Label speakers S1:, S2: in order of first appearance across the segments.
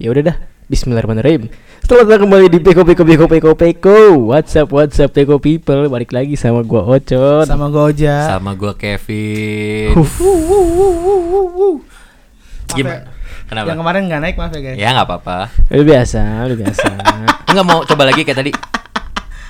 S1: Ya udah dah. Bismillahirrahmanirrahim. Selamat datang kembali di Peko Peko Peko Peko Peko. What's up, what's up Peko people? Balik lagi sama gua Ocon.
S2: sama gue Oja
S3: sama gua Kevin.
S1: Huff.
S3: Gimana?
S2: yang
S3: Kenapa?
S2: kemarin nggak naik maaf ya
S1: Iya.
S2: guys
S3: Ya nggak apa-apa.
S1: Udah biasa, udah biasa.
S3: Enggak mau coba lagi kayak tadi.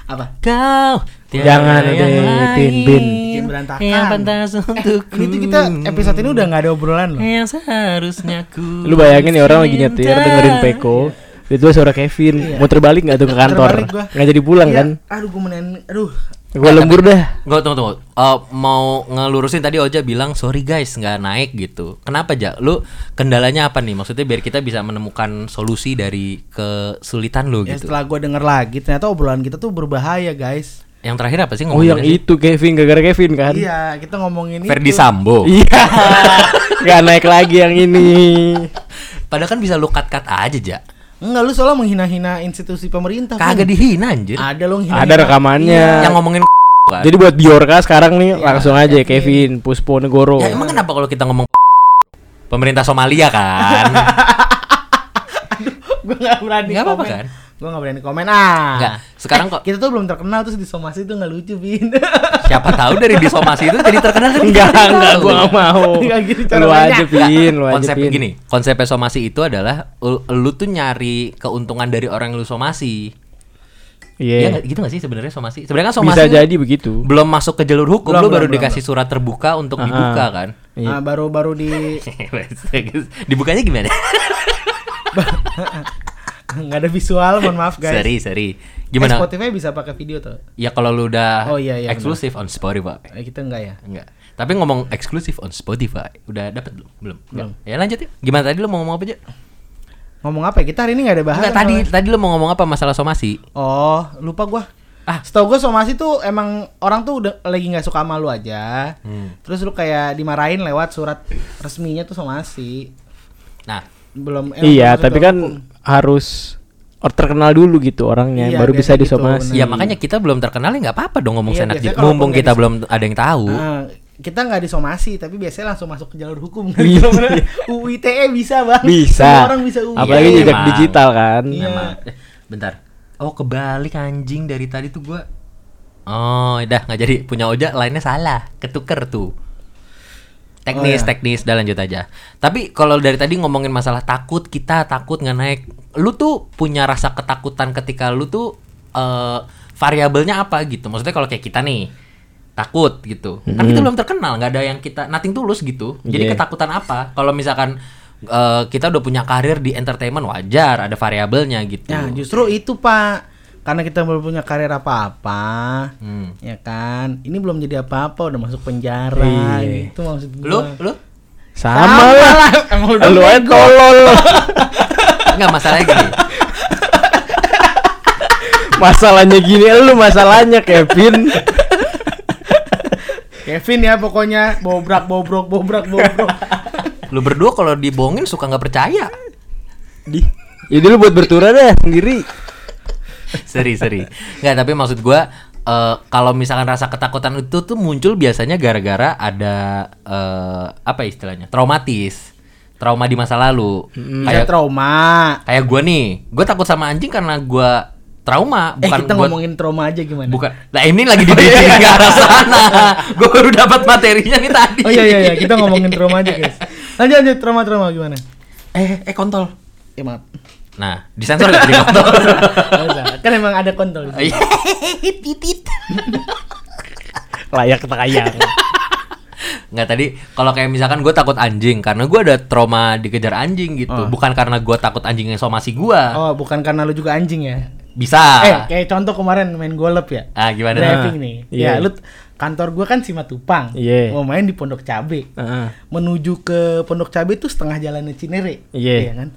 S2: apa
S3: Kau tiada
S1: Jangan
S3: yang
S1: deh,
S3: lain
S1: Tin, Bin.
S2: Bikin berantakan.
S3: Yang pantas untukku.
S2: ini tuh kita
S1: Hmm.
S2: episode ini udah nggak ada obrolan loh
S3: yang seharusnya ku.
S1: Lu bayangin nih orang lagi nyetir dengerin Peko.
S2: Iya.
S1: Itu suara Kevin. Mau terbalik nggak tuh ke kantor?
S2: Terbalik Iya. gua.
S1: Nggak jadi pulang
S2: Iya.
S1: kan?
S2: aduh gue menahan aduh Ya,
S1: Gua lembur dah.
S3: Gue tunggu tunggu. Eh, mau ngelurusin tadi Oja bilang sorry guys nggak naik gitu. Kenapa ja? Lu kendalanya apa nih? Maksudnya biar kita bisa menemukan solusi dari kesulitan lu
S2: ya
S3: gitu.
S2: setelah gue denger lagi ternyata obrolan kita tuh berbahaya guys
S3: Yang terakhir apa sih
S1: Oh yang
S3: sih?
S1: itu Kevin gara-gara Kevin kan?
S2: iya kita ngomongin ini
S3: Ferdi Sambo.
S1: Iya. Gak naik lagi yang ini.
S3: Padahal kan bisa lu cut-cut aja, Ja.
S2: Enggak lu soalnya menghina-hina institusi pemerintah kan?
S3: Kagak dihina anjir.
S2: ada lo menghina
S1: Ada rekamannya.
S2: Iya.
S3: Yang ngomongin kan.
S1: Jadi buat Biorka sekarang nih langsung aja Kevin Puspo Negoro.
S3: Ya, emang kenapa kalau kita ngomong pemerintah Somalia kan?
S2: gue Iya, nggak berani
S3: Nggak apa-apa
S2: komen.
S3: kan?
S2: gue nggak berani komen ah
S3: Enggak. Sekarang kok
S2: kita tuh belum terkenal terus disomasi tuh nggak lucu bin
S3: siapa tahu dari disomasi itu jadi terkenal kan?
S1: Enggak,
S3: Kita
S1: enggak
S3: tahu.
S1: gua enggak mau.
S2: Enggak gitu cara
S1: Lu
S2: nanya.
S1: aja Pin, lu aja
S3: konsep
S1: Pin.
S3: gini, konsep somasi itu adalah lu, lu tuh nyari keuntungan dari orang yang lu somasi. Iya
S1: Iya.
S3: nggak- gitu gak sih sebenarnya somasi? Sebenarnya kan somasi
S1: Bisa
S3: itu
S1: jadi begitu.
S3: belum masuk ke jalur hukum,
S2: Belum,
S3: lu
S2: belum,
S3: baru
S2: belum,
S3: dikasih surat terbuka untuk
S1: Aha.
S3: dibuka kan.
S1: Iya.
S2: Ah, baru-baru di
S3: Dibukanya gimana?
S2: nggak ada visual mohon maaf guys
S3: Sorry, sorry.
S2: Eh,
S3: Gimana?
S2: Spotify bisa pakai video tuh
S3: Ya kalau lu udah
S2: Oh, iya, iya,
S3: eksklusif on Spotify.
S2: Eh, kita enggak ya
S3: Enggak. Tapi ngomong eksklusif on Spotify, udah dapat belum? Belum.
S2: Belum. Ah,
S3: Nggak. Ya lanjut yuk. Gimana tadi lu mau ngomong apa aja?
S2: ngomong apa ya kita hari ini nggak ada bahan
S3: Enggak tadi tadi lu mau ngomong apa masalah somasi?
S2: oh lupa gua
S3: Ah.
S2: setahu gua somasi tuh emang orang tuh udah lagi nggak suka sama lu aja terus lu kayak dimarahin lewat surat resminya tuh somasi
S3: Nah,
S2: belum eh,
S1: Iya,
S2: maksud
S1: tapi
S2: gua-
S1: kan harus or- terkenal dulu gitu orangnya
S2: Iya,
S1: baru bisa
S2: biasanya gitu,
S1: disomasi.
S2: benar.
S3: ya makanya kita belum terkenal ya nggak apa-apa dong ngomong
S2: Iya,
S3: senak
S2: biasanya
S3: jidat.
S2: kalau
S3: Mumpung
S2: nggak
S3: kita
S2: dis-
S3: belum ada yang tahu.
S2: Ah, kita nggak disomasi tapi biasanya langsung masuk ke jalur hukum kan Kalau bener, UITE E bisa bang Semua
S1: Iya. Bisa.
S2: orang bisa UITE
S1: Apalagi
S3: Iya,
S1: jejak
S3: emang.
S1: digital kan.
S2: Iya.
S3: Emang. Eh, Bentar. Oh, kebalik anjing dari tadi tuh gua. Oh, udah nggak jadi punya Oja lainnya salah, ketuker tuh.
S2: Oh, iya.
S3: Teknis, teknis, udah lanjut aja. Tapi kalau dari tadi ngomongin masalah takut, kita takut nggak naik. Lu tuh punya rasa ketakutan ketika lu tuh eh variabelnya apa gitu? Maksudnya kalau kayak kita nih takut gitu. Kan kita belum terkenal, nggak ada yang kita nothing tulus gitu. Jadi
S1: Iya.
S3: ketakutan apa? Kalau misalkan eh, kita udah punya karir di entertainment wajar, ada variabelnya gitu.
S2: Nah, justru itu Pak. Karena kita belum punya karir apa-apa.
S3: Hmm.
S2: Ya kan? Ini belum jadi apa-apa, udah masuk penjara.
S1: Iya.
S2: Itu maksud gua.
S3: Lu, lu
S1: Sama lah.
S2: Emang udah
S1: Lu aja tolol.
S3: nggak masalahnya gini.
S1: Masalahnya gini, lu masalahnya Kevin.
S2: Kevin ya pokoknya bobrak bobrok bobrak bobrok.
S3: Lu berdua kalau dibohongin suka nggak percaya.
S1: Di. Jadi lu buat berturah deh sendiri.
S3: Seri, seri. Nggak, tapi maksud gua eh, kalau misalkan rasa ketakutan itu tuh muncul biasanya gara-gara ada eh, apa istilahnya? Traumatis. Trauma di masa lalu.
S2: Ada
S3: Kayak
S2: trauma.
S3: kayak gua nih, gua takut sama anjing karena gua trauma,
S2: Eh
S3: bukan
S2: kita
S3: gua-
S2: ngomongin trauma aja gimana?
S3: Bukan. Lah ini lagi
S2: Oh, iya.
S3: di ke arah sana. Gue baru dapat materinya nih tadi.
S2: Oh iya iya iya, kita ngomongin trauma aja, guys. Lanjut lanjut trauma trauma gimana?
S3: Eh, eh kontol.
S2: Ya maaf.
S3: Nah, disensor nggak Iya. jadi kontol.
S2: Nggak usah. kan emang ada kontrol. di
S3: Eh,
S2: sini.
S3: Titit.
S1: Layak tayang.
S3: Nggak tadi kalau kayak misalkan gue takut anjing karena gue ada trauma dikejar anjing
S2: Oh.
S3: gitu. Bukan karena gue takut anjing yang somasi gue.
S2: Oh, bukan karena lu juga anjing ya.
S3: Bisa.
S2: Eh, kayak contoh kemarin main golep ya.
S3: Ah, gimana?
S2: Driving
S1: Nah,
S2: nih.
S1: iya.
S2: Ya, lu t- kantor gua kan Simatupang.
S1: Iya.
S2: Mau main di Pondok Cabe.
S1: Heeh.
S2: Menuju ke Pondok Cabe itu setengah jalannya Cinere.
S1: Iya.
S2: kan?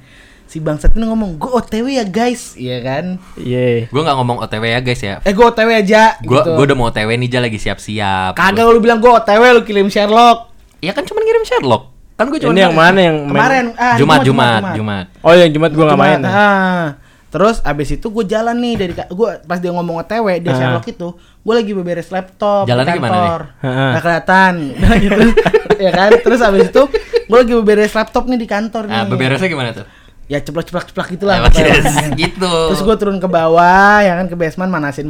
S2: Si bangsat ini ngomong, "Gua OTW ya, guys." Iya kan?
S1: Iya.
S3: Gue nggak ngomong OTW ya guys ya.
S2: Eh, gua OTW aja
S3: Gue
S2: gitu.
S3: gue udah mau OTW nih aja lagi siap-siap.
S2: Kagak lu bilang gua OTW lu kirim Sherlock.
S3: Ya kan cuma ngirim Sherlock. Kan gue cuma
S1: Ini yang mana yang main-
S2: Kemarin ah, hari
S3: Jumat, Jumat, Jumat.
S1: Oh yang Jumat gua nggak main. ya.
S2: Jumat, ah. Terus abis itu gue jalan nih dari ka- gua pas dia ngomong OTW dia
S1: Ah.
S2: Sherlock itu gue lagi beberes laptop di
S3: Jalannya gimana
S2: kantor.
S1: nih? Ah.
S2: Nggak kelihatan Iya gitu ya kan terus abis itu gue lagi beberes laptop nih di kantor nih
S3: Iya. Nah, Ah, beberesnya gimana tuh?
S2: ya ceplok-ceplok-ceplok gitulah
S3: Emang
S2: pokoknya.
S3: yes, gitu.
S2: Terus gue turun ke bawah, ya kan ke basement manasin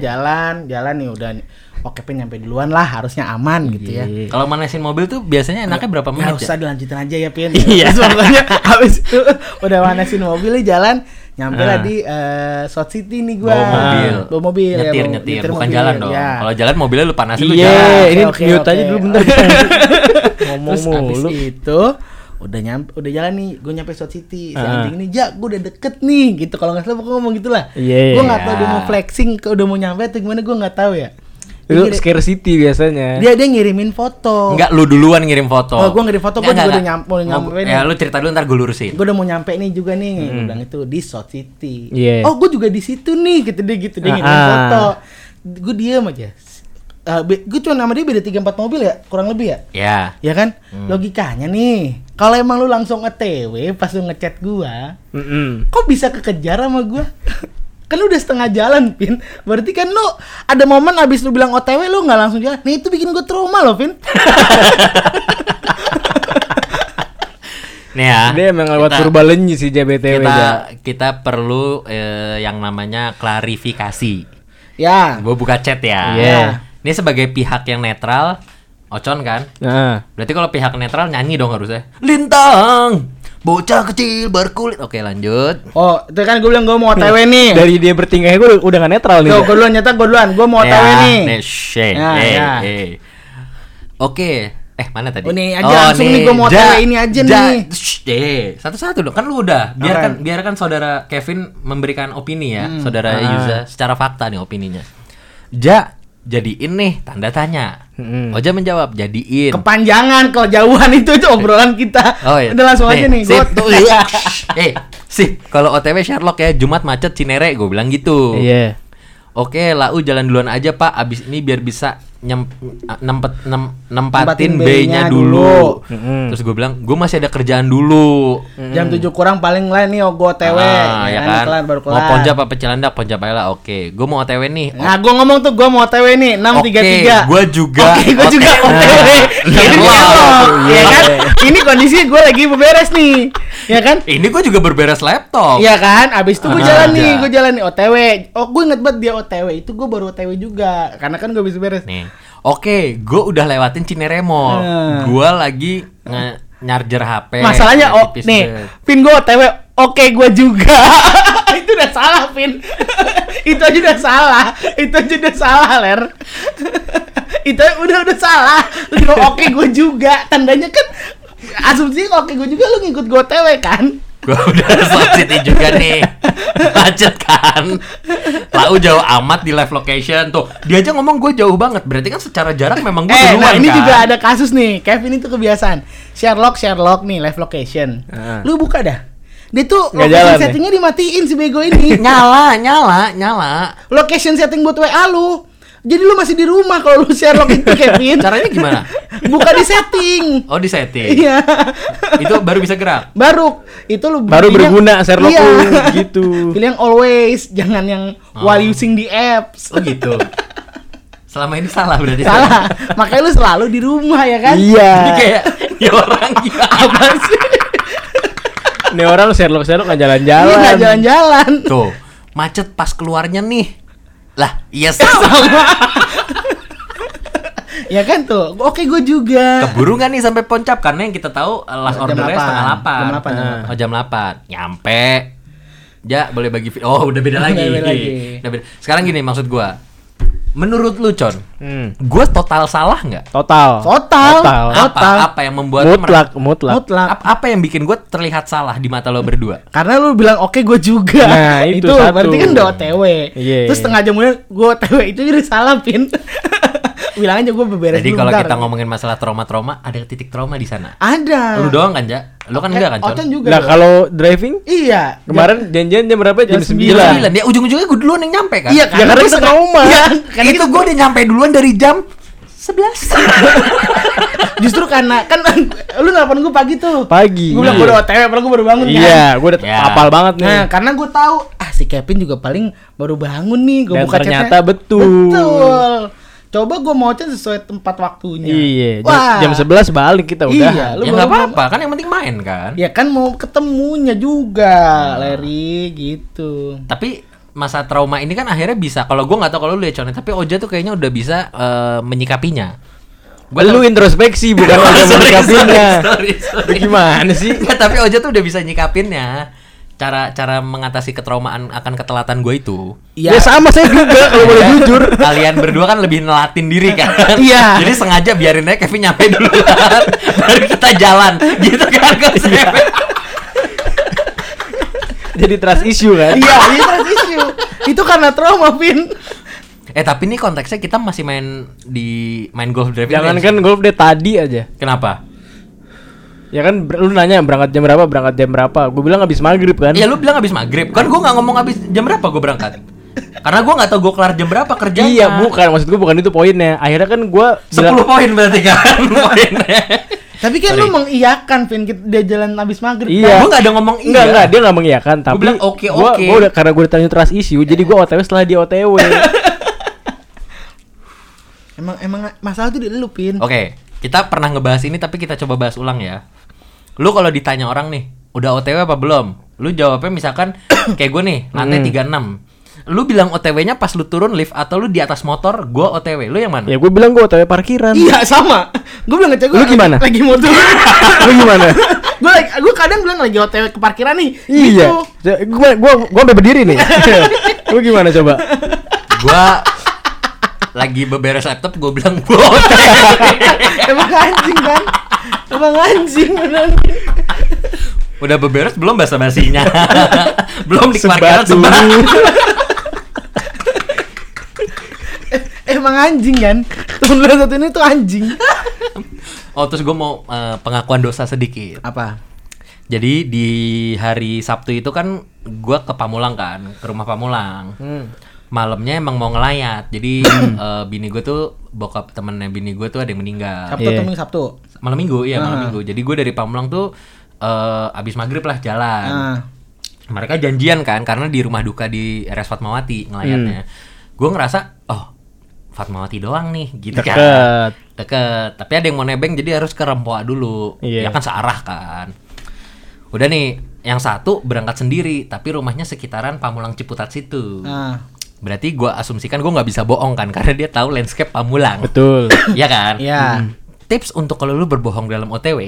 S1: Iya.
S2: jalan, jalan nih udah nih. Oke, pengen nyampe duluan lah, harusnya aman gitu ya.
S3: Kalau manasin mobil tuh biasanya Iya. enaknya berapa
S2: Nggak
S3: menit?
S2: usah
S3: ya?
S2: dilanjutin aja ya Pin
S3: Iya.
S2: Terus pokoknya abis itu udah manasin mobil nih jalan Nyampe lah
S3: Ah.
S2: di eh, South City nih gua
S3: Bawa mobil.
S2: Bawa mobil ya,
S3: Nyetir,
S2: bawa-
S3: nyetir, bukan jalan dong.
S2: ya.
S3: Kalau jalan mobilnya lu panasin lu
S1: Iya,
S3: jalan.
S1: ini
S2: oke,
S1: mute
S2: oke.
S1: aja dulu bentar.
S2: Ngomong
S1: Terus abis
S2: mulu itu udah nyampe udah jalan nih gue nyampe South City si
S1: Ah.
S2: anjing ini ja gue udah deket nih gitu kalau nggak salah pokoknya ngomong gitulah
S1: Iya.
S2: gue nggak tahu dia mau flexing ke udah mau nyampe atau gimana gue nggak tahu ya dia,
S1: Itu
S2: ngirim-
S1: scarcity biasanya.
S2: dia dia ngirimin foto
S3: Enggak lu duluan ngirim foto.
S2: Oh, gua ngirim foto, gua
S3: Nggak,
S2: juga
S3: nggak,
S2: udah nyam- udah
S3: nggak.
S2: nyampein.
S3: Ya lu cerita dulu ntar gue lurusin.
S2: gue udah mau nyampe nih juga nih Gua bilang itu di South City
S1: Iya.
S2: oh gue juga di situ nih gitu dia gitu dia
S1: Ah,
S2: ngirimin
S1: ah.
S2: foto gue diam aja gue cuma nama dia beda tiga empat mobil ya kurang lebih ya
S3: Ya.
S2: ya kan logikanya nih kalau emang lu langsung OTW pas lu ngechat gua
S1: Mm-mm.
S2: kok bisa kekejar sama gua kan lu udah setengah jalan pin berarti kan lu ada momen abis lu bilang OTW lu nggak langsung jalan nah itu bikin gua trauma loh pin
S3: Nih ya.
S1: Dia emang lewat
S3: kita-
S1: purbalenyi sih JBTW
S3: kita
S1: Ja.
S3: kita perlu eh, yang namanya klarifikasi.
S2: ya
S3: Gue buka chat ya.
S1: Iya.
S3: Ini sebagai pihak yang netral, Ocon kan?
S1: Nah,
S3: Berarti kalau pihak netral nyanyi dong harusnya. Lintang, bocah kecil berkulit. Oke, lanjut.
S2: oh itu kan gua bilang gua mau OTW nih
S1: dari dia bertingkah gue udah gak netral nih.
S2: Tuh,
S1: Ja.
S2: gue duluan nyata gue duluan, gue mau
S3: Ya,
S2: OTW nih.
S3: nih, shh, eh,
S2: Ya,
S3: eh,
S2: ya.
S3: eh. Oke. Eh, mana tadi?
S2: Oh, nih aja, langsung nih, gua mau OTW
S3: Ja,
S2: ini aja
S3: Ja,
S2: nih.
S3: shh, eh, satu-satu dong. Kan lu udah. Biarkan biarkan saudara Kevin memberikan opini ya,
S2: Hmm, ah.
S3: saudara Yuza secara fakta nih opininya. Ja, jadiin nih tanda tanya.
S2: Hmm.
S3: Oja menjawab, jadiin.
S2: Kepanjangan kalau jauhan itu itu obrolan kita.
S3: Oh iya.
S2: Udah langsung aja nih. Gua
S3: Sip.
S2: tuh
S3: eh, sip. Kalau OTW Sherlock ya, Jumat macet Cinere, gue bilang gitu.
S1: Iya.
S3: Oke, lau jalan duluan aja Pak. Abis ini biar bisa nyem, nempet, nem-
S2: Nempatin
S3: nempatin
S2: B-nya
S3: B-nya
S2: dulu.
S3: dulu. Terus gue bilang, gue masih ada kerjaan dulu.
S2: Jam 7 kurang paling lain nih oh, gue OTW.
S3: Hmm. Ah,
S2: Ya
S3: ya
S2: kan, kelar, baru
S3: Mau
S2: kelar.
S3: ponjap apa cilandak? Ponjap aja lah. Oke, gue mau OTW nih.
S2: Nah, gue ngomong tuh gue mau OTW nih, 633
S3: Oke, gue juga.
S2: Oke, gue juga OTW. Ini
S3: Nah,
S2: dialog,
S3: wow.
S2: ya kan?
S3: iya.
S2: Ini kondisi gue lagi beberes nih, ya kan?
S3: Ini gue juga berberes laptop.
S2: Iya kan, abis itu gue
S3: Ah,
S2: jalan
S3: iya.
S2: nih, gue jalan nih OTW. Oh, gue inget banget dia OTW, itu gue baru OTW juga, karena kan gue bisa beres.
S3: nih. Oke, gue udah lewatin Cinere Mall.
S2: Hmm.
S3: Gue lagi nge- nyarger HP.
S2: Masalahnya oh
S3: Eh, tipis
S2: nih,
S3: banget.
S2: pin gue OTW, oke gue juga. itu udah salah pin. itu aja udah salah, itu aja udah salah ler. itu udah udah salah. Lu bilang, oke gue juga, tandanya kan asumsinya oke gue juga lu ngikut gue OTW kan.
S3: Gue udah subsidi juga nih. Macet kan. Lau jauh amat di live location tuh. Dia aja ngomong gue jauh banget. Berarti kan secara jarak memang gue
S2: eh,
S3: duluan
S2: nah ini
S3: kan.
S2: juga ada kasus nih. Kevin itu kebiasaan. Sherlock, Sherlock nih live location.
S3: Ah.
S1: Heeh.
S2: Lu buka dah. Dia
S1: Nggak
S2: tuh location
S1: jalan nih.
S2: settingnya dimatiin si bego ini.
S3: ya? nyala, nyala, nyala.
S2: location setting buat WA lu. Jadi lu masih di rumah kalau lu Sherlock itu Kevin.
S3: Caranya gimana?
S2: Buka di setting.
S3: Oh di setting.
S2: Iya.
S3: Itu baru bisa gerak.
S2: Baru itu lu
S1: Baru
S2: pilih yang-
S1: berguna Sherlock lu, gitu. Ah.
S2: Pilih yang always, jangan yang while using the apps.
S3: Oh gitu. Selama ini salah berarti.
S2: Salah. Makanya lu selalu di rumah ya kan?
S1: Iya.
S3: Jadi kayak ya orang gila.
S2: Apa sih?
S1: Nih orang Sherlock Sherlock nggak
S2: Iya
S1: jalan-jalan.
S2: nggak jalan-jalan.
S3: Tuh, macet pas keluarnya nih. Lah, iya yes.
S2: Ya kan tuh. Oke, gue juga.
S3: Keburu nggak nih sampai poncap karena yang kita tahu eh,
S2: Nah. Jam
S3: last ordernya
S2: delapan.
S3: setengah delapan.
S2: Jam delapan, jam
S3: Nah. Oh jam 8. Nyampe. Ja, boleh bagi vi- Oh, udah beda lagi.
S2: Udah beda lagi.
S3: Udah beda. Sekarang gini maksud gua. Menurut lu, Con,
S1: Hmm.
S3: gua total salah nggak?
S1: Total.
S2: Total.
S1: Total.
S3: Ah,
S2: Total.
S3: Apa, apa yang membuat lu
S1: Mutlak,
S3: merasa-
S1: mutlak.
S2: Mutlak.
S3: Ap- apa yang bikin gua terlihat salah di mata lo berdua?
S2: Karena lu bilang oke gue juga.
S1: Nah, itu satu.
S2: berarti kan udah OTW.
S1: Iya.
S2: Terus setengah jam kemudian gue OTW itu jadi salah pin. bilang aja gue beberes
S3: Jadi
S2: dulu
S3: kalau
S2: bentar.
S3: kita ngomongin masalah trauma-trauma, ada titik trauma di sana.
S2: ada.
S3: Lu doang kan, Ja? Lu kan enggak kan,
S2: Eh,
S3: Con?
S2: Ocon juga.
S1: Nah
S2: dong.
S1: kalau driving
S2: Iya.
S1: kemarin janjian jam berapa? Jam
S2: Jam
S1: 9.
S2: sembilan.
S3: Sembilan. Ya ujung-ujungnya gue duluan yang nyampe kan.
S1: Ya
S2: Iya,
S1: karena
S2: Karena
S1: kita
S2: kita-
S1: trauma.
S2: Iya.
S3: Kan itu gue udah nyampe duluan dari jam 11
S2: Justru karena kan lu nelpon gue pagi tuh.
S1: Pagi.
S2: Gue bilang gue udah OTW, padahal gue baru bangun kan.
S1: Iya, gue udah
S3: Ya.
S1: apal banget nih.
S2: Nah, karena gue tahu ah si Kevin juga paling baru bangun nih, gue
S1: Dan
S2: buka
S1: ternyata
S2: chatnya.
S1: betul.
S2: Betul. Coba gue maunya sesuai tempat waktunya.
S1: Iya,
S2: Wah.
S1: jam, jam 11 balik kita
S2: Iya,
S1: udah.
S2: lu
S3: ya
S2: baru-
S3: nggak apa-apa kan yang penting main kan
S2: Ya kan mau ketemunya juga,
S1: Nah.
S2: Larry gitu.
S3: tapi masa trauma ini kan akhirnya bisa kalau gue nggak tahu kalau lu ya Con, tapi Oja tuh kayaknya udah bisa eh, menyikapinya Gua
S1: lu introspeksi bukan
S3: Sorry,
S1: langsung
S3: sorry,
S1: menyikapinya.
S3: sorry, sorry.
S1: Gimana sih?
S3: Nggak, tapi Oja tuh udah bisa nyikapinnya cara cara mengatasi ketraumaan akan ketelatan gue itu
S1: Ya. sama saya juga kalau
S3: Iya.
S1: boleh jujur.
S3: kalian berdua kan lebih nelatin diri kan
S2: Iya.
S3: jadi sengaja biarin aja Kevin nyampe dulu kan? baru kita jalan gitu kan konsepnya
S1: Jadi trust issue kan?
S2: Iya, itu issue. Itu karena trauma, Vin.
S3: eh tapi ini konteksnya kita masih main di main golf driving
S1: Jangan
S3: range.
S1: kan golf deh tadi aja.
S3: kenapa
S1: Ya kan ber- lu nanya berangkat jam berapa, berangkat jam berapa. Gue bilang habis maghrib kan.
S3: Iya lu bilang abis maghrib Kan gue gak ngomong abis jam berapa gue berangkat Karena gue gak tau gue kelar jam berapa kerjanya
S1: Iya, bukan maksud gue bukan itu poinnya. Akhirnya kan gue
S3: 10 poin berarti kan poinnya
S2: Tapi kan lu mengiyakan, Vin, kita- dia jalan habis maghrib.
S1: Iya.
S3: Gue gak ada ngomong iya
S1: Enggak, enggak, dia enggak mengiyakan tapi
S3: bilang, "Oke,
S1: gua-
S3: oke."
S1: gua udah karena gue ditanya trust issue, jadi gue OTW setelah dia OTW.
S2: Emang emang masalah tuh di lu, Pin.
S3: Oke kita pernah ngebahas ini tapi kita coba bahas ulang ya Lu kalau ditanya orang nih Udah OTW apa belum? Lu jawabnya misalkan kayak gue nih lantai
S1: Hmm.
S3: 36 Lu bilang OTW-nya pas lu turun lift atau lu di atas motor, gue OTW. Lu yang mana?
S1: ya gue bilang gue OTW parkiran.
S2: Iya, sama. Gue bilang ngecek gue.
S1: Lu gimana?
S2: Lagi motor.
S1: Lu gimana?
S2: gue lagi, gue kadang bilang lagi otw ke parkiran nih.
S1: iya.
S2: Gitu.
S1: Gue gue gue sampai berdiri nih. lu gimana coba?
S3: Gua lagi beberes laptop, gue bilang gue OTW.
S2: Emang anjing kan? Emang anjing beneran.
S3: Udah beberes belum bahasa basinya? belum di parkiran
S1: Sebatu.
S3: sebat.
S2: Emang anjing kan? Temen lu yang satu ini tuh anjing.
S3: Oh terus gue mau eh, pengakuan dosa sedikit.
S2: Apa?
S3: Jadi di hari Sabtu itu kan gue ke Pamulang kan, ke rumah Pamulang.
S2: Hmm.
S3: Malamnya emang mau ngelayat. Jadi eh, bini gue tuh bokap temennya bini gue tuh ada yang meninggal.
S2: Sabtu
S1: Iya.
S2: atau Minggu Sabtu?
S3: Malam minggu iya
S2: Ah.
S3: malam minggu. Jadi gue dari Pamulang tuh eh, abis maghrib lah jalan.
S2: Ah.
S3: mereka janjian kan karena di rumah duka di RS Fatmawati ngelayatnya. Gue ngerasa oh Fatmawati doang nih gitu kan.
S1: Hmm. Deket.
S3: Deket. Tapi ada yang mau nebeng jadi harus ke Rempoa dulu.
S1: Iya.
S3: Ya kan searah kan. Udah nih yang satu berangkat sendiri tapi rumahnya sekitaran Pamulang Ciputat situ.
S2: Ah.
S3: Berarti gua asumsikan gua nggak bisa bohong kan karena dia tahu landscape Pamulang.
S1: Betul.
S3: Iya kan?
S2: Iya.
S3: Tips untuk kalau lu berbohong dalam OTW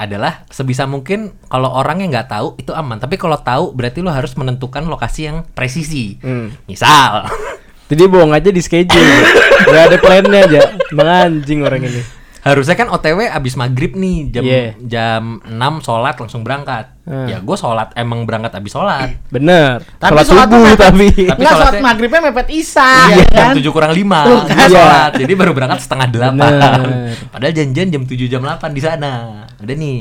S3: adalah sebisa mungkin kalau orangnya nggak tahu itu aman. Tapi kalau tahu berarti lu harus menentukan lokasi yang presisi.
S1: Hmm.
S3: Misal,
S1: Jadi bohong aja di schedule. Gak ada plannya aja. Menganjing orang ini.
S3: harusnya kan OTW abis maghrib nih jam
S1: Iya.
S3: jam 6 sholat langsung berangkat.
S1: Hmm.
S3: Ya gue sholat emang berangkat abis sholat.
S1: Bener.
S2: Tapi
S1: Salah
S2: sholat
S1: subuh
S2: mepet.
S1: tapi.
S2: Enggak
S3: Tapi
S2: sholat
S3: sholatnya-
S2: maghribnya mepet Isa
S3: Iya,
S2: ya
S3: jam
S2: kan?
S3: 7 kurang 5
S2: Tuh kan.
S3: sholat. Jadi baru berangkat setengah 8.
S1: Bener.
S3: Padahal janjian jam 7 jam 8 di sana. Udah nih.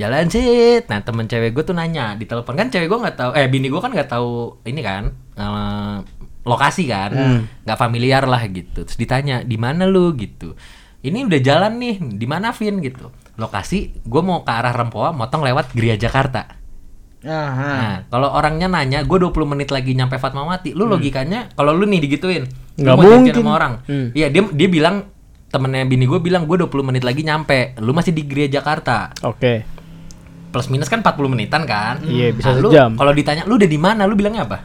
S3: Jalan sih. Nah, temen cewek gue tuh nanya di telepon kan cewek gue nggak tahu eh bini gue kan nggak tahu ini kan eh, lokasi kan.
S2: Hmm.
S3: nggak familiar lah gitu. Terus ditanya, "Di mana lu?" gitu. Ini udah jalan nih, di mana Vin gitu. Lokasi gue mau ke arah Rempoa, motong lewat Geria Jakarta.
S2: Aha.
S1: Ah. Hmm.
S3: Nah, kalau orangnya nanya, gue 20 menit lagi nyampe Fatmawati, lu logikanya kalau lu nih digituin, lu
S1: Nggak
S3: mau janjian
S1: mungkin.
S3: sama orang.
S1: Hmm.
S3: Iya, dia dia bilang temennya bini gue bilang gue 20 menit lagi nyampe, lu masih di Gereja Jakarta.
S1: Oke.
S3: Plus minus kan 40 menitan kan?
S1: Iya, bisa
S3: lu
S1: sejam.
S3: Kalau ditanya lu udah di mana, lu bilangnya apa?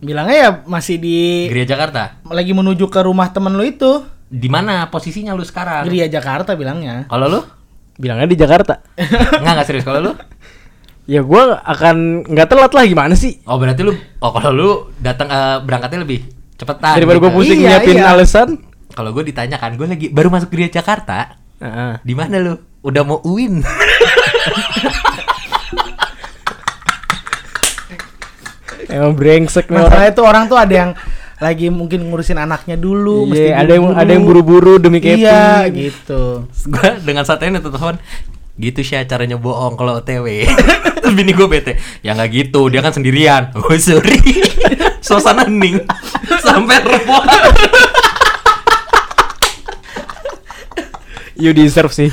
S2: Bilangnya ya masih di
S3: Gereja Jakarta.
S2: lagi menuju ke rumah temen lu itu.
S3: Di mana posisinya lu
S1: Ah.
S3: sekarang?
S2: Geria Jakarta bilangnya.
S3: Kalau lu?
S1: Bilangnya di Jakarta.
S3: Enggak, enggak serius kalau lu?
S1: Ya gua akan nggak telat lah gimana sih?
S3: Oh, berarti lu oh kalau lu datang eh, berangkatnya lebih cepetan.
S1: Daripada gua
S3: gitu.
S1: pusing
S2: Iya,
S1: nyiapin
S2: iya.
S1: alasan.
S3: Kalau gue ditanya kan, gue lagi baru masuk Gereja Jakarta.
S1: Heeh.
S3: Di mana lu? Udah mau uin.
S1: Emang brengsek nih orang.
S2: Masalahnya tuh orang tuh ada yang lagi mungkin ngurusin anaknya dulu,
S1: Iya, ada yang ada yang buru-buru demi Kevin.
S2: Iya, gitu.
S3: gue dengan satenya telepon gitu sih caranya bohong kalau OTW terus bini gue bete ya nggak gitu dia kan sendirian oh sorry suasana hening sampai repot
S1: You deserve sih.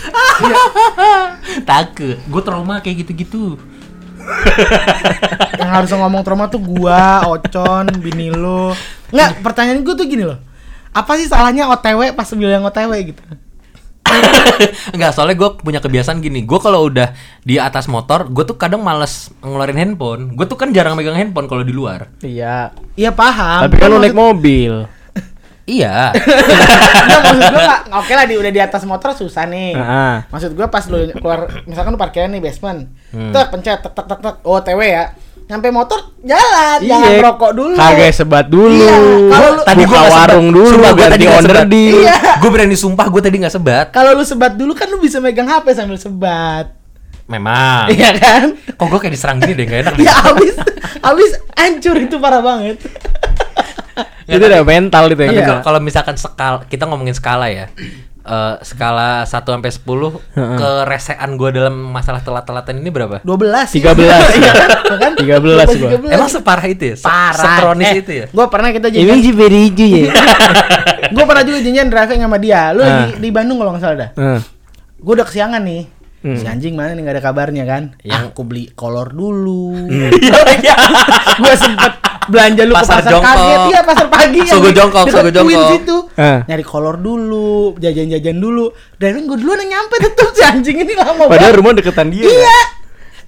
S3: takut gue trauma kayak gitu-gitu
S2: yang harus ngomong trauma tuh gua, Ocon, bini lu. Enggak, pertanyaan gua tuh gini loh. apa sih salahnya OTW pas bilang OTW gitu?
S3: Enggak, soalnya gue punya kebiasaan gini. Gue kalau udah di atas motor, gue tuh kadang males ngeluarin handphone. Gue tuh kan jarang megang handphone kalau di luar.
S1: Iya.
S2: Iya paham.
S1: Tapi kan lu
S2: Maksud-
S1: naik mobil.
S3: Iya.
S2: Enggak, maksud gue nggak- oke lah di udah di atas motor susah nih.
S1: Heeh.
S2: Maksud gue pas lu keluar misalkan lu parkiran nih basement.
S1: Hmm.
S2: Tek pencet tek tek tek tek. Oh, TW ya. Nyampe motor jalan, jangan
S1: Iya.
S2: rokok dulu.
S1: Kagak sebat dulu.
S2: Iya, kalau lu-
S1: tadi
S3: gua
S1: buka
S3: nggak sebat.
S1: warung dulu
S3: Sumpah, gua
S1: ganti
S3: nggak
S1: order
S3: sebat.
S1: di.
S2: Iya.
S3: Gue berani sumpah gue tadi nggak sebat.
S2: Kalau lu sebat dulu kan lu bisa megang HP sambil sebat.
S3: Memang.
S2: Iya kan?
S3: Kok gue kayak diserang gini deh, gak enak.
S2: Ya abis abis hancur itu parah banget.
S1: Itu udah mental gitu ya.
S3: Tapi
S1: Iya.
S3: kalau- kalau misalkan skala, kita ngomongin skala ya. Eh, skala 1 sampai 10 keresean gua dalam masalah telat-telatan ini berapa?
S2: 12
S1: 13.
S2: Iya kan? Iya kan?
S1: 13 gua.
S2: 13.
S3: Emang separah itu ya? Se-
S2: parah.
S3: Sekronis
S2: Eh,
S3: itu ya?
S2: Gua pernah kita
S1: Ini
S2: janjian.
S1: Jiberiju ya.
S2: gua pernah juga janjian driving sama dia. Lu
S1: Ah.
S2: di, di Bandung kalau nggak salah dah.
S1: Heeh.
S2: Gue udah kesiangan nih.
S1: Hmm.
S2: Si anjing mana nih gak ada kabarnya kan?
S3: Yang-
S2: Aku beli kolor dulu.
S1: Hmm.
S3: Iya.
S2: gue sempet belanja lu
S3: Pasar
S2: ke pasar
S3: jongkok.
S2: kaget ya pasar pagi yang
S3: Sogo
S2: di-
S3: jongkok,
S2: deket
S3: sogo jongkok.
S2: Queen situ.
S1: Eh.
S2: Nyari kolor dulu, jajan-jajan dulu. Dan gue duluan yang nyampe tetep si anjing ini lama
S1: Padahal
S2: banget.
S1: rumah deketan dia. kan?
S2: Iya.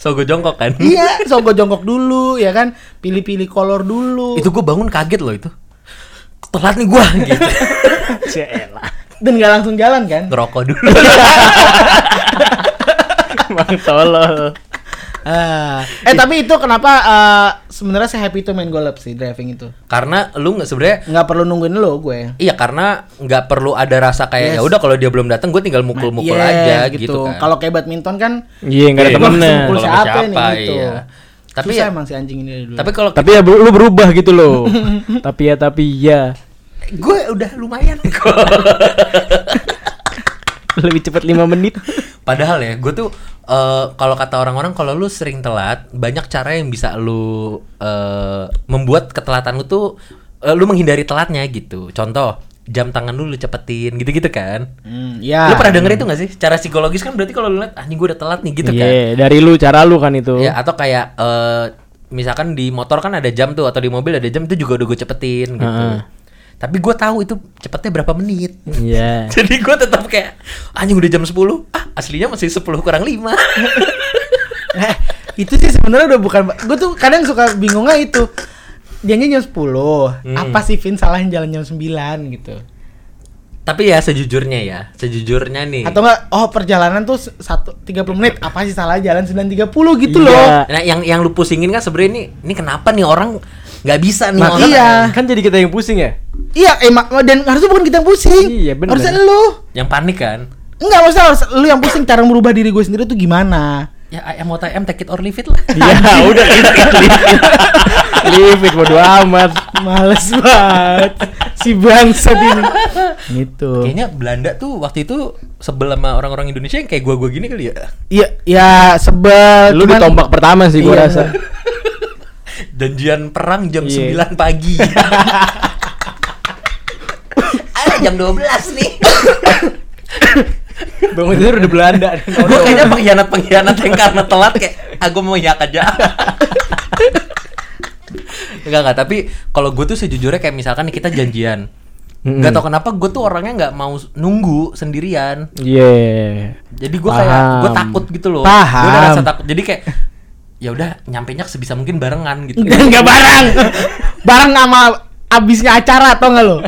S3: So gue jongkok kan?
S2: Iya, sogo jongkok dulu ya kan, pilih-pilih kolor dulu.
S3: Itu gue bangun kaget loh itu. Telat nih gua gitu.
S1: Cela.
S2: dan nggak langsung jalan kan?
S3: Ngerokok dulu.
S1: Mang tolol.
S2: Ah. eh tapi itu kenapa eh, sebenarnya saya happy tuh main golf sih driving itu.
S3: karena lu nggak sebenarnya
S2: Nggak perlu nungguin lo gue.
S3: Iya karena nggak perlu ada rasa
S2: Yes.
S3: kayak ya udah kalau dia belum datang gue tinggal mukul-mukul
S2: Yes,
S3: aja gitu, kan.
S2: Iya, Kalau kayak badminton kan
S1: Iya, enggak ada
S3: Iya,
S1: temennya.
S2: mukul
S3: Kalau
S2: siapa,
S3: siapa,
S2: nih gitu.
S3: iya. Tapi
S2: Tapi Susah
S3: ya-
S2: emang si anjing ini dari dulu.
S3: Tapi kalau
S1: Tapi ya lu berubah gitu loh. tapi ya tapi ya
S3: gue udah lumayan kok.
S1: lebih cepat 5 menit.
S3: Padahal ya gue tuh eh, kalau kata orang-orang kalau lu sering telat banyak cara yang bisa lu eh, membuat ketelatan lu tuh eh, lu menghindari telatnya gitu. Contoh jam tangan lu lu cepetin gitu-gitu kan.
S2: Hmm, ya.
S3: Lu pernah denger itu gak sih? Cara psikologis kan berarti kalau lu lihat anjing gue udah telat nih gitu
S1: Iya,
S3: kan.
S1: dari lu cara lu kan itu.
S3: Ya atau kayak eh, misalkan di motor kan ada jam tuh atau di mobil ada jam itu juga udah gue cepetin gitu.
S1: Heeh.
S3: Tapi gue tahu itu cepetnya berapa menit.
S1: Iya.
S3: Jadi gue tetap kayak anjing udah jam 10. Ah, aslinya masih 10 kurang 5.
S2: Eh, itu sih sebenarnya udah bukan gue tuh kadang suka bingungnya itu janji jam 10
S3: Hmm.
S2: apa sih Vin salahin jalan jam 9 gitu
S3: Tapi ya sejujurnya ya, sejujurnya nih.
S2: atau enggak oh perjalanan tuh se- satu 30 menit apa sih salah jalan 9.30 gitu
S1: Iya.
S2: loh
S3: nah, yang yang lu pusingin kan sebenarnya ini ini kenapa nih orang nggak bisa nih
S1: Nah,
S3: orang.
S2: iya.
S1: Kan jadi kita yang pusing ya?
S2: iya emak dan harusnya bukan kita yang pusing
S1: Iya, bener.
S2: harusnya lu
S3: Yang panik kan.
S2: enggak maksudnya harus lu yang pusing cara merubah diri gue sendiri tuh gimana
S3: Ya I am what I am, take it or leave it lah.
S1: Iya, udah kita Livit bodo amat.
S2: males banget si bangsa ini gitu
S3: Kayaknya Belanda tuh waktu itu sebel sama orang-orang Indonesia yang kayak gua-gua gini kali ya.
S2: iya ya sebel
S1: Lu
S2: cuman-
S1: ditombak pertama sih gua
S2: Iya.
S1: rasa.
S3: Janjian perang jam
S1: Iya.
S3: 9 pagi. Ada Ah, jam 12 nih.
S1: Bangun tidur udah Belanda.
S3: gue kayaknya pengkhianat-pengkhianat yang karena telat kayak aku mau yak aja. Enggak enggak, tapi kalau gue tuh sejujurnya kayak misalkan nih kita janjian.
S1: Mm-mm.
S2: kan.
S3: Gak tau kenapa gue tuh orangnya nggak mau nunggu sendirian.
S1: Iya.
S3: Jadi gue kayak
S1: Paham.
S3: gue takut gitu loh.
S2: Paham.
S3: Gue rasa takut. Jadi kayak ya udah nyampe nya sebisa mungkin barengan gitu.
S2: Enggak enggak barang. Barang sama abisnya acara atau enggak lo?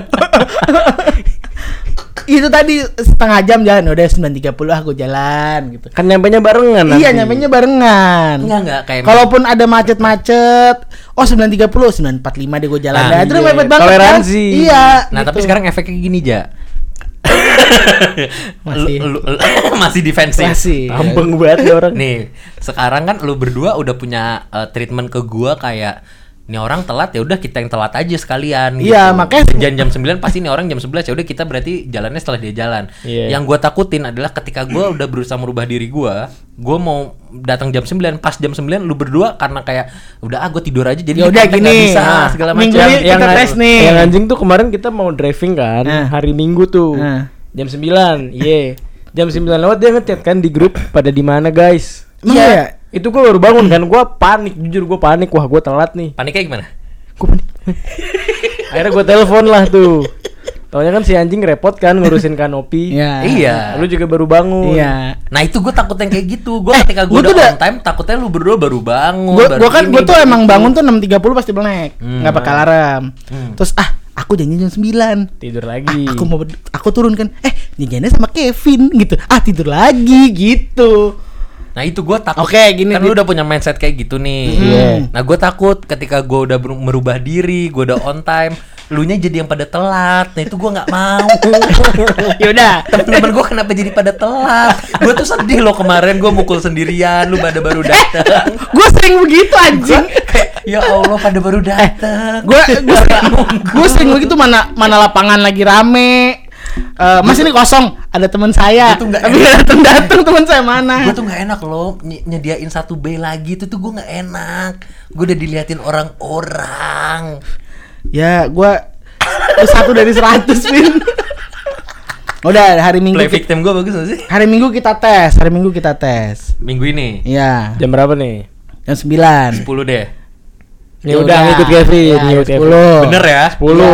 S2: itu tadi setengah jam jalan udah 9.30 aku ah, jalan gitu.
S1: Kan nyampenya barengan
S2: Iya,
S1: nanti.
S2: nyampainya barengan.
S3: Enggak enggak kayak
S2: Kalaupun ada macet-macet, oh 9.30, 9.45 deh gue jalan.
S3: Nah,
S2: Nah, itu
S1: iya.
S2: mepet banget.
S1: Toleransi.
S2: Kan? Iya.
S3: Nah,
S2: gitu.
S3: tapi sekarang efeknya gini, Ja.
S2: Masih.
S3: Lu- lu- lu- masih defensif.
S2: Masih.
S1: Tampeng Iya. banget nih orang.
S3: Nih, sekarang kan lu berdua udah punya uh, treatment ke gua kayak nih orang telat ya udah kita yang telat aja sekalian
S2: Iya, makanya-
S3: Jangan jam 9 pasti nih orang jam 11 ya udah kita berarti jalannya setelah dia jalan.
S1: Iya.
S3: Yang gua takutin adalah ketika gua udah berusaha merubah diri gua, gua mau datang jam 9 pas jam 9 lu berdua karena kayak udah ah gua tidur aja jadi
S2: Ya udah,
S3: kita nggak
S2: gini.
S3: bisa
S2: Nah,
S3: segala
S2: minggu
S3: macam. Iya.
S2: ini
S1: yang,
S2: kita
S1: an-
S2: tes nih.
S1: yang anjing tuh kemarin kita mau driving kan
S2: Nah.
S1: hari Minggu tuh.
S2: Nah.
S1: Jam 9. Iya. Jam 9 lewat dia ngechat kan di grup pada di mana guys.
S2: Emang Iya. iya?
S1: Itu gua baru bangun kan gua panik jujur gua panik wah gua telat nih.
S3: Paniknya gimana?
S1: Gua panik. Akhirnya gua telepon lah tuh. Soalnya kan si anjing repot kan ngurusin kanopi. Nah,
S2: Iya.
S3: Iya.
S1: Lu juga baru bangun.
S2: Iya.
S3: Nah itu gue takutnya kayak gitu. Gue ketika gue
S2: Eh, lu
S3: udah
S2: tuh udah-
S3: on time, takutnya lu berdua baru bangun.
S2: Gue
S3: baru
S2: gua kan
S3: ini,
S2: gue tuh
S3: baru
S2: emang
S3: itu.
S2: bangun tuh 6.30 pasti melek.
S3: Hmm.
S2: nggak pakai alarm. Terus ah, aku janji jam 9.
S1: Tidur
S2: Ah,
S1: lagi.
S2: aku mau bed- aku turun kan. Eh, janjiannya sama Kevin gitu. Ah, tidur lagi gitu.
S3: Nah itu gue takut.
S2: Oke, gini, Mm-hmm.
S3: Kan
S2: di-
S3: lu udah punya mindset kayak gitu nih.
S1: Iya.
S3: Nah gue takut ketika gue udah beru- merubah diri, gue udah on time, lu nya jadi yang pada telat. Nah itu gue nggak mau.
S2: Yaudah.
S3: Temen-temen gue kenapa jadi pada telat? Gue tuh sedih loh kemarin gue mukul sendirian, lu pada baru datang.
S2: gue sering begitu anjing.
S3: ya Allah pada baru datang.
S2: Gue gue Eh, sering,
S3: Nunggu.
S2: gua sering begitu mana mana lapangan lagi rame. Eh, mas ini kosong, ada teman saya.
S3: Itu nggak
S2: Tapi
S3: enak.
S2: datang datang teman saya mana?
S3: gue tuh nggak enak loh ny- nyediain satu B lagi itu tuh gue nggak enak gue udah diliatin orang-orang
S2: Ya, gua gua satu dari seratus pin. Udah hari Minggu
S3: play
S2: kita,
S3: victim gue bagus gak sih
S2: hari Minggu kita tes, hari Minggu kita tes.
S3: minggu ini
S2: Iya,
S1: Jam berapa nih?
S2: jam sembilan.
S3: 10 deh
S1: Ya udah ngikut Kevin,
S2: ya,
S1: ngikut Kevin.
S2: sepuluh.
S3: bener ya
S1: 10.
S2: Ya,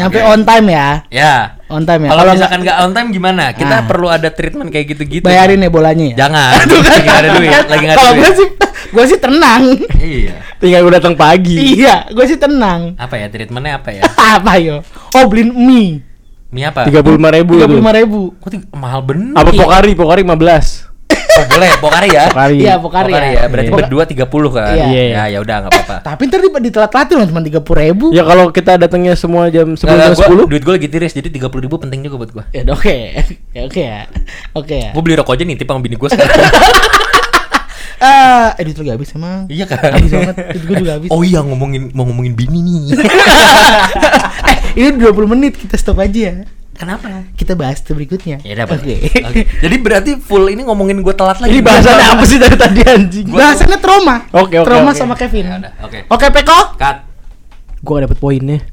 S2: nyampe
S3: Oke.
S2: on time ya,
S3: ya
S2: on time ya.
S3: kalau
S2: Kalau
S3: misalkan nggak on time gimana kita
S2: Ah.
S3: perlu ada treatment kayak gitu-gitu
S2: bayarin ya bolanya ya.
S3: jangan lagi nggak ada duit lagi nggak ada
S2: Kalau gue
S3: duit
S2: sih, gue sih tenang.
S3: iya
S1: Tinggal gue datang pagi.
S2: iya, gue sih tenang.
S3: apa ya treatmentnya apa ya
S2: apa yo? Oh beliin mie,
S3: mie apa
S1: Tiga puluh lima ribu.
S2: tiga
S1: tuh.
S2: ribu.
S3: Kok tiga- mahal bener
S1: Apa Pokari? Pokari 15
S3: Oh, boleh pokari ya
S1: Pokari.
S2: Iya, Pokari
S3: ya
S2: ya.
S3: berarti
S1: Iya.
S3: berdua 30 kan
S2: Iya.
S1: Iya.
S3: ya ya udah nggak apa-apa
S2: Eh,
S3: Iya.
S2: Tapi ntar di, di telat-telatin loh cuma tiga puluh ribu.
S1: Ya kalau kita datangnya semua jam sebelum
S3: Nggak,
S1: jam
S3: nggak, gua-
S1: sepuluh.
S3: Duit gue lagi tiris, jadi 30 ribu penting juga buat gue
S2: Ya udah, oke, ya oke ya, oke ya.
S3: Gue beli rokok aja nih, tipe sama bini gue sekarang
S2: Eh, edit lagi habis emang.
S3: Iya kan?
S2: Habis banget, duit gue juga habis.
S3: Oh iya, ngomongin mau ngomongin bini nih
S2: eh, ini 20 menit kita stop aja ya.
S3: Kenapa?
S2: Kita bahas itu berikutnya.
S3: Ya dapat
S2: Oke.
S3: Oke. Jadi berarti full ini ngomongin gue telat lagi Iya.
S1: Ini bahasannya apa sih dari tadi anjing?
S2: Bahasannya trauma.
S1: Oke, oke, oke.
S2: Trauma sama
S3: Ya
S2: Kevin.
S3: udah, oke
S2: Oke, Peko.
S3: Cut
S1: Gue gak dapet poinnya.